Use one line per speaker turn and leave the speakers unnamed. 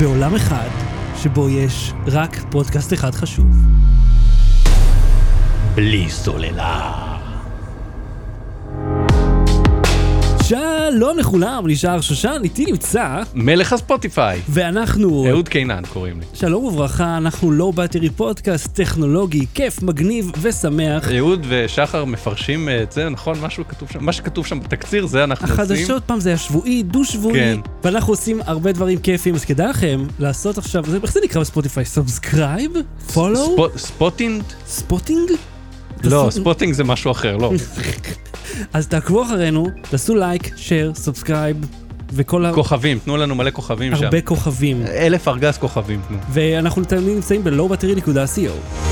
בעולם אחד, שבו יש רק פודקאסט אחד חשוב.
בלי סוללה.
שלום לכולם, נשאר שושן, איתי נמצא,
מלך הספוטיפיי.
ואנחנו...
אהוד קינן קוראים לי.
שלום וברכה, אנחנו לואו באטרי פודקאסט טכנולוגי, כיף, מגניב ושמח.
אהוד ושחר מפרשים את זה, נכון? משהו כתוב שם, מה שכתוב שם בתקציר זה אנחנו עושים.
החדשות פעם זה היה שבועי, דו-שבועי,
כן.
ואנחנו עושים הרבה דברים כיפים, אז כדאי לכם לעשות עכשיו, זה- איך זה נקרא בספוטיפיי? סאבסקרייב? פולו?
ספו- ספוטינג?
ספוטינג?
לא,
תעשו-
ספוטינג זה משהו אחר, לא.
אז תעקבו אחרינו, תעשו לייק, שייר, סאבסקרייב, וכל ה...
כוכבים, תנו לנו מלא כוכבים שם.
הרבה כוכבים.
אלף ארגז כוכבים תנו.
ואנחנו תמיד נמצאים ב-lowbattery.co.